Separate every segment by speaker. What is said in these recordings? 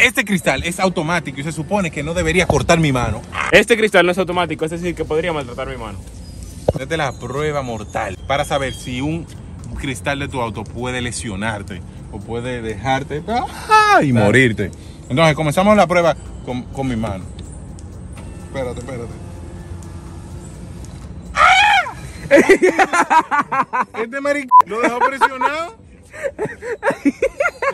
Speaker 1: este cristal es automático y se supone que no debería cortar mi mano.
Speaker 2: Este cristal no es automático, es decir, que podría maltratar mi mano.
Speaker 1: Esta la prueba mortal para saber si un cristal de tu auto puede lesionarte o puede dejarte ¡ah! y morirte. Entonces comenzamos la prueba con, con mi mano. Espérate, espérate. ¡Ah! este maricón lo dejó presionado.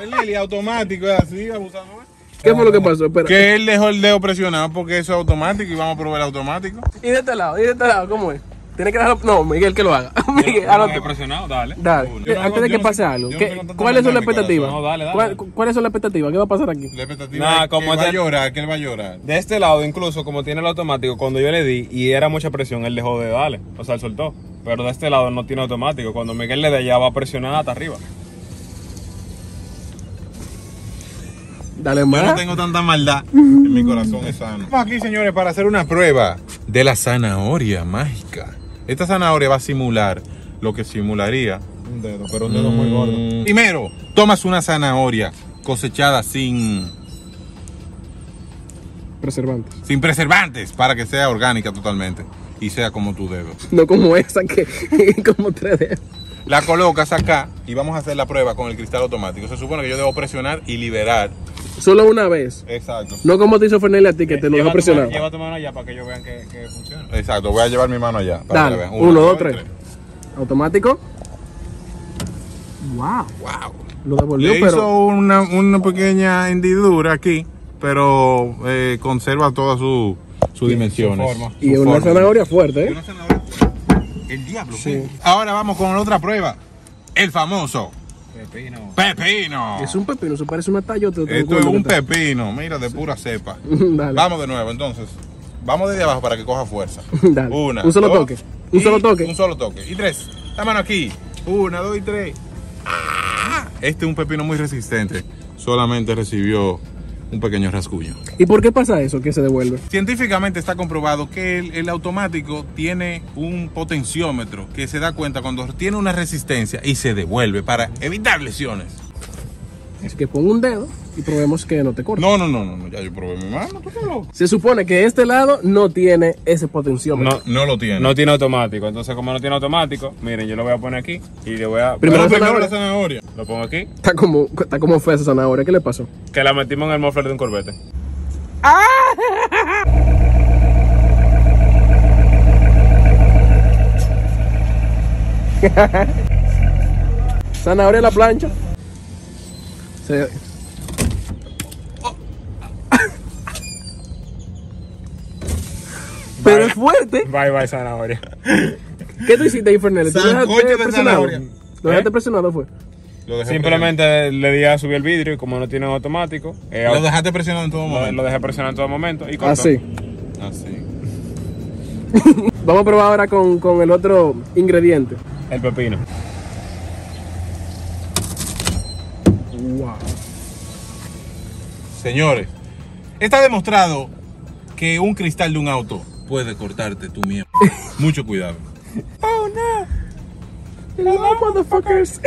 Speaker 1: El Lili automático es así, abusando.
Speaker 3: ¿Qué fue lo que pasó? Espera.
Speaker 1: Que él dejó el dedo presionado porque eso es automático y vamos a probar el automático.
Speaker 3: Y de este lado, y de este lado, ¿cómo es? Tiene que dejarlo. No, Miguel que lo haga. Miguel,
Speaker 4: ah, No me
Speaker 3: ahora
Speaker 4: he
Speaker 3: tú.
Speaker 4: presionado, dale.
Speaker 3: Dale. Eh,
Speaker 1: Yo no
Speaker 3: Antes
Speaker 1: hago-
Speaker 3: de
Speaker 1: yo
Speaker 3: que
Speaker 1: no
Speaker 3: pase
Speaker 1: sé-
Speaker 3: algo,
Speaker 1: yo no
Speaker 3: ¿qué-
Speaker 1: sé con tanta
Speaker 3: ¿cuál es la
Speaker 1: mecánica,
Speaker 3: expectativa?
Speaker 4: No, dale, dale.
Speaker 3: ¿Cuál- cu- ¿Cuál es la expectativa? ¿Qué va a pasar aquí?
Speaker 1: La expectativa
Speaker 4: Nah,
Speaker 1: es
Speaker 4: como
Speaker 1: que él va a
Speaker 4: este-
Speaker 1: llorar, que él va a llorar.
Speaker 4: De este lado, incluso como tiene el automático, cuando yo le di y era mucha presión, él dejó de darle. O sea, él soltó. Pero de este lado no tiene automático. Cuando Miguel le dé, ya va a presionar hasta arriba.
Speaker 3: Dale
Speaker 1: Yo no
Speaker 3: más.
Speaker 1: tengo tanta maldad en mi corazón es sano. Estamos aquí, señores, para hacer una prueba de la zanahoria mágica. Esta zanahoria va a simular lo que simularía un dedo, pero un dedo muy gordo. Primero, tomas una zanahoria cosechada sin,
Speaker 3: Preservantes.
Speaker 1: sin preservantes para que sea orgánica totalmente y sea como tu dedo.
Speaker 3: No como esa que como 3D.
Speaker 1: La colocas acá y vamos a hacer la prueba con el cristal automático. Se supone que yo debo presionar y liberar.
Speaker 3: Solo una vez.
Speaker 1: Exacto.
Speaker 3: No como te hizo Fernández a ti que te
Speaker 4: Lleva
Speaker 3: lo dejó
Speaker 4: tu
Speaker 3: presionado.
Speaker 4: mano- Lleva tu mano allá para que ellos vean que, que funciona.
Speaker 1: Exacto, voy a llevar mi mano allá. para
Speaker 3: Dale.
Speaker 1: que la vean.
Speaker 3: Uno, dos, tres. Automático. Wow.
Speaker 1: Wow.
Speaker 3: Lo devolvió,
Speaker 1: Le
Speaker 3: pero.
Speaker 1: hizo una, una pequeña hendidura aquí, pero eh, conserva todas sus sus dimensiones.
Speaker 4: su forma.
Speaker 1: Su
Speaker 3: Y una
Speaker 1: forma.
Speaker 3: zanahoria fuerte, ¿eh?
Speaker 1: Una zanahoria fuerte. El diablo. güey. Ahora vamos con la otra prueba. El famoso
Speaker 4: Pepino.
Speaker 1: pepino.
Speaker 3: Es un pepino, se parece una tallota.
Speaker 1: Esto es un pepino, mira, de pura cepa.
Speaker 3: Dale.
Speaker 1: Vamos de nuevo, entonces. Vamos desde abajo para que coja fuerza.
Speaker 3: Dale.
Speaker 1: Una.
Speaker 3: Un solo
Speaker 1: dos,
Speaker 3: toque. Un
Speaker 1: y
Speaker 3: solo toque.
Speaker 1: Un solo toque. Y tres. La mano aquí. Una, dos y tres. ¡Ah! Este es un pepino muy resistente. Solamente recibió un pequeño rasguño.
Speaker 3: ¿Y por qué pasa eso que se devuelve?
Speaker 1: Científicamente está comprobado que el, el automático tiene un potenciómetro que se da cuenta cuando tiene una resistencia y se devuelve para evitar lesiones.
Speaker 3: Así que pon un dedo y probemos que no te corta.
Speaker 1: No, no, no, no, no, ya yo probé mi mano, tú estás loco.
Speaker 3: Se supone que este lado no tiene ese potenciómetro.
Speaker 4: No,
Speaker 1: No lo tiene.
Speaker 4: no tiene automático. Entonces, como no tiene automático, miren, yo lo voy a poner aquí y le voy a.
Speaker 3: Primero
Speaker 1: Pero
Speaker 3: la
Speaker 1: primero
Speaker 3: zanahoria.
Speaker 1: la zanahoria.
Speaker 4: Lo pongo aquí.
Speaker 3: Está como, está como fea esa zanahoria. ¿Qué le pasó?
Speaker 4: Que la metimos en el muffler de un corbete.
Speaker 3: Zanahoria en la plancha. Se- Pero es fuerte.
Speaker 4: Bye bye, zanahoria.
Speaker 3: ¿Qué tú hiciste ahí, Fernández? ¿Tú lo dejaste
Speaker 1: Sancocho de
Speaker 3: presionado?
Speaker 1: zanahoria. ¿Eh?
Speaker 3: ¿Lo dejaste presionado fue?
Speaker 1: Lo dejé
Speaker 4: Simplemente le di a subir el vidrio y como no tiene automático, eh,
Speaker 1: presionado. Lo dejaste presionado en todo
Speaker 4: lo,
Speaker 1: momento. Ah,
Speaker 4: lo dejé presionar en todo momento y cortó.
Speaker 3: Así.
Speaker 1: Así.
Speaker 3: Vamos a probar ahora con, con el otro ingrediente.
Speaker 4: El pepino.
Speaker 3: Wow.
Speaker 1: Señores, está demostrado que un cristal de un auto puede cortarte tu miembro. Mucho cuidado.
Speaker 3: Hello, motherfuckers.